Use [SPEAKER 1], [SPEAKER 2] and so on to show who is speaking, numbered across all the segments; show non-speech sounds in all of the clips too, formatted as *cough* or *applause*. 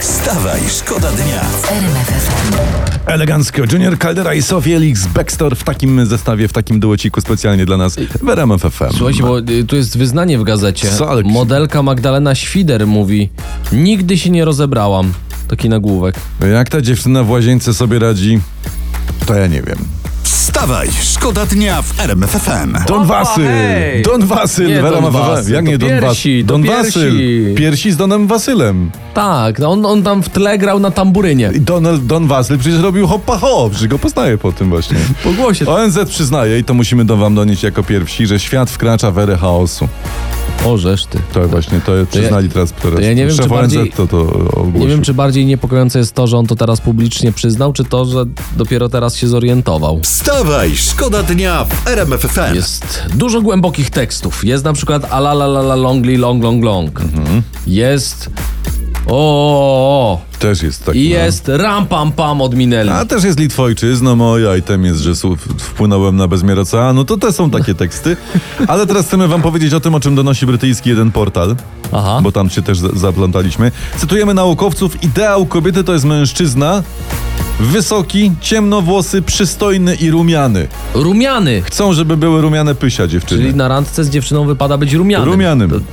[SPEAKER 1] Wstawaj, szkoda dnia.
[SPEAKER 2] Elegancko. Junior Caldera i Sofie Elix Baxter w takim zestawie, w takim duociku specjalnie dla nas w RMF FM.
[SPEAKER 3] Słuchajcie, bo y, tu jest wyznanie w gazecie.
[SPEAKER 2] Co, ale-
[SPEAKER 3] Modelka Magdalena Świder mówi: Nigdy się nie rozebrałam. Taki nagłówek.
[SPEAKER 2] Jak ta dziewczyna w łazience sobie radzi, to ja nie wiem.
[SPEAKER 1] Wstawaj, szkoda dnia w RMF FM.
[SPEAKER 2] Don Wasyl!
[SPEAKER 3] hej!
[SPEAKER 2] Don Wasyl!
[SPEAKER 3] Nie
[SPEAKER 2] w RMF
[SPEAKER 3] Don
[SPEAKER 2] FM.
[SPEAKER 3] Wasyl,
[SPEAKER 2] Jak
[SPEAKER 3] to
[SPEAKER 2] nie Don
[SPEAKER 3] piersi,
[SPEAKER 2] Wasyl?
[SPEAKER 3] to
[SPEAKER 2] Don
[SPEAKER 3] piersi.
[SPEAKER 2] Wasyl! Piersi z Donem Wasylem.
[SPEAKER 3] Tak, no on, on tam w tle grał na tamburynie.
[SPEAKER 2] I Donald, Don Wasyl przecież robił hoppa hop, że go poznaję po tym właśnie.
[SPEAKER 3] Po głosie.
[SPEAKER 2] ONZ przyznaje i to musimy do wam donieść jako pierwsi, że świat wkracza w erę chaosu.
[SPEAKER 3] Orzesz ty.
[SPEAKER 2] To właśnie, to przyznali teraz. teraz.
[SPEAKER 3] ja nie wiem,
[SPEAKER 2] Szef
[SPEAKER 3] czy
[SPEAKER 2] ONZ
[SPEAKER 3] bardziej-
[SPEAKER 2] to, to ogłosił.
[SPEAKER 3] Nie wiem, czy bardziej niepokojące jest to, że on to teraz publicznie przyznał, czy to, że dopiero teraz się zorientował.
[SPEAKER 1] Wstawaj, szkoda dnia w RMF FM.
[SPEAKER 3] Jest dużo głębokich tekstów. Jest na przykład ala la la la longli long long long.
[SPEAKER 2] Mhm.
[SPEAKER 3] Jest o, o, o.
[SPEAKER 2] Też jest tak.
[SPEAKER 3] i
[SPEAKER 2] no.
[SPEAKER 3] jest ram pam pam od Minelli.
[SPEAKER 2] A też jest Litwojczyzna moja i tam jest, że słów- wpłynąłem na bezmiar oceanu. To te są takie teksty. Ale teraz chcemy wam powiedzieć o tym, o czym donosi brytyjski jeden portal.
[SPEAKER 3] Aha.
[SPEAKER 2] Bo tam się też za- zaplątaliśmy. Cytujemy naukowców. Ideał kobiety to jest mężczyzna wysoki, ciemnowłosy, przystojny i rumiany.
[SPEAKER 3] Rumiany.
[SPEAKER 2] Chcą, żeby były rumiane pysia dziewczyny.
[SPEAKER 3] Czyli na randce z dziewczyną wypada być rumianym.
[SPEAKER 2] Rumianym.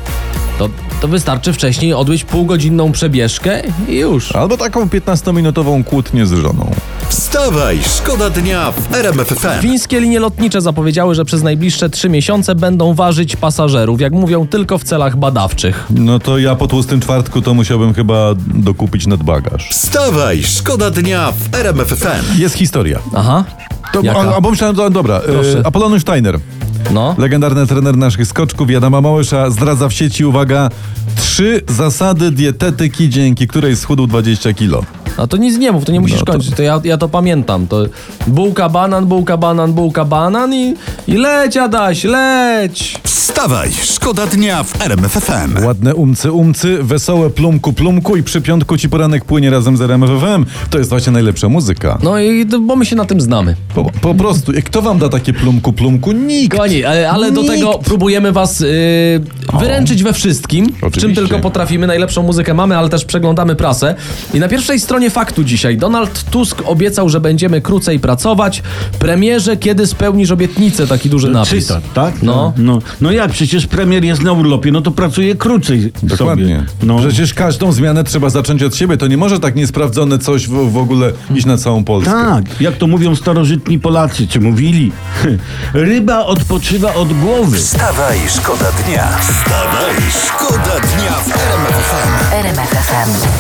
[SPEAKER 3] To, to wystarczy wcześniej odbyć półgodzinną przebieżkę i już.
[SPEAKER 2] Albo taką 15-minutową kłótnię z żoną.
[SPEAKER 1] Wstawaj, szkoda dnia w RMF FM.
[SPEAKER 3] Fińskie linie lotnicze zapowiedziały, że przez najbliższe trzy miesiące będą ważyć pasażerów, jak mówią, tylko w celach badawczych.
[SPEAKER 2] No to ja po tłustym czwartku to musiałbym chyba dokupić nadbagaż.
[SPEAKER 1] Wstawaj, szkoda dnia w RMF FM.
[SPEAKER 2] Jest historia.
[SPEAKER 3] Aha.
[SPEAKER 2] To,
[SPEAKER 3] Jaka?
[SPEAKER 2] a, albo myślałem, do- dobra,
[SPEAKER 3] Proszę.
[SPEAKER 2] e, Apoloniusz Steiner,
[SPEAKER 3] No.
[SPEAKER 2] legendarny trener naszych skoczków, Jadama Małysza, zdradza w sieci, uwaga, trzy zasady dietetyki, dzięki której schudł 20 kilo.
[SPEAKER 3] A to nic nie mów, to nie musisz
[SPEAKER 2] No to-
[SPEAKER 3] kończyć. To ja, ja to pamiętam. To bułka banan, bułka banan, bułka banan i, i leć Adaś, leć!
[SPEAKER 1] Wstawaj, szkoda dnia w RMF FM.
[SPEAKER 2] Ładne umcy, umcy, wesołe plumku, plumku i przy piątku ci poranek płynie razem z RMFWM. To jest właśnie najlepsza muzyka.
[SPEAKER 3] No i bo my się na tym znamy.
[SPEAKER 2] Po, po prostu, I kto wam da takie plumku, plumku? Nikt!
[SPEAKER 3] Kochani, ale, ale do
[SPEAKER 2] Nikt.
[SPEAKER 3] tego próbujemy was y, wyręczyć we wszystkim,
[SPEAKER 2] Oczywiście.
[SPEAKER 3] czym tylko potrafimy. Najlepszą muzykę mamy, ale też przeglądamy prasę. I na pierwszej stronie faktu dzisiaj Donald Tusk obiecał, że będziemy krócej pracować. Premierze, kiedy spełnisz obietnicę? Taki duży napis.
[SPEAKER 4] Cytat, tak?
[SPEAKER 3] No.
[SPEAKER 4] no. No jak, przecież premier jest na urlopie, no to pracuje krócej
[SPEAKER 2] Dokładnie.
[SPEAKER 4] sobie. No.
[SPEAKER 2] Przecież każdą zmianę trzeba zacząć od siebie. To nie może tak niesprawdzone coś w, w ogóle iść na całą Polskę.
[SPEAKER 4] Tak, jak to mówią starożytni Polacy, czy mówili? *laughs* Ryba odpoczywa od głowy.
[SPEAKER 1] Wstawaj, szkoda dnia. Wstawaj, szkoda dnia w RMF FM.
[SPEAKER 5] RMFFM.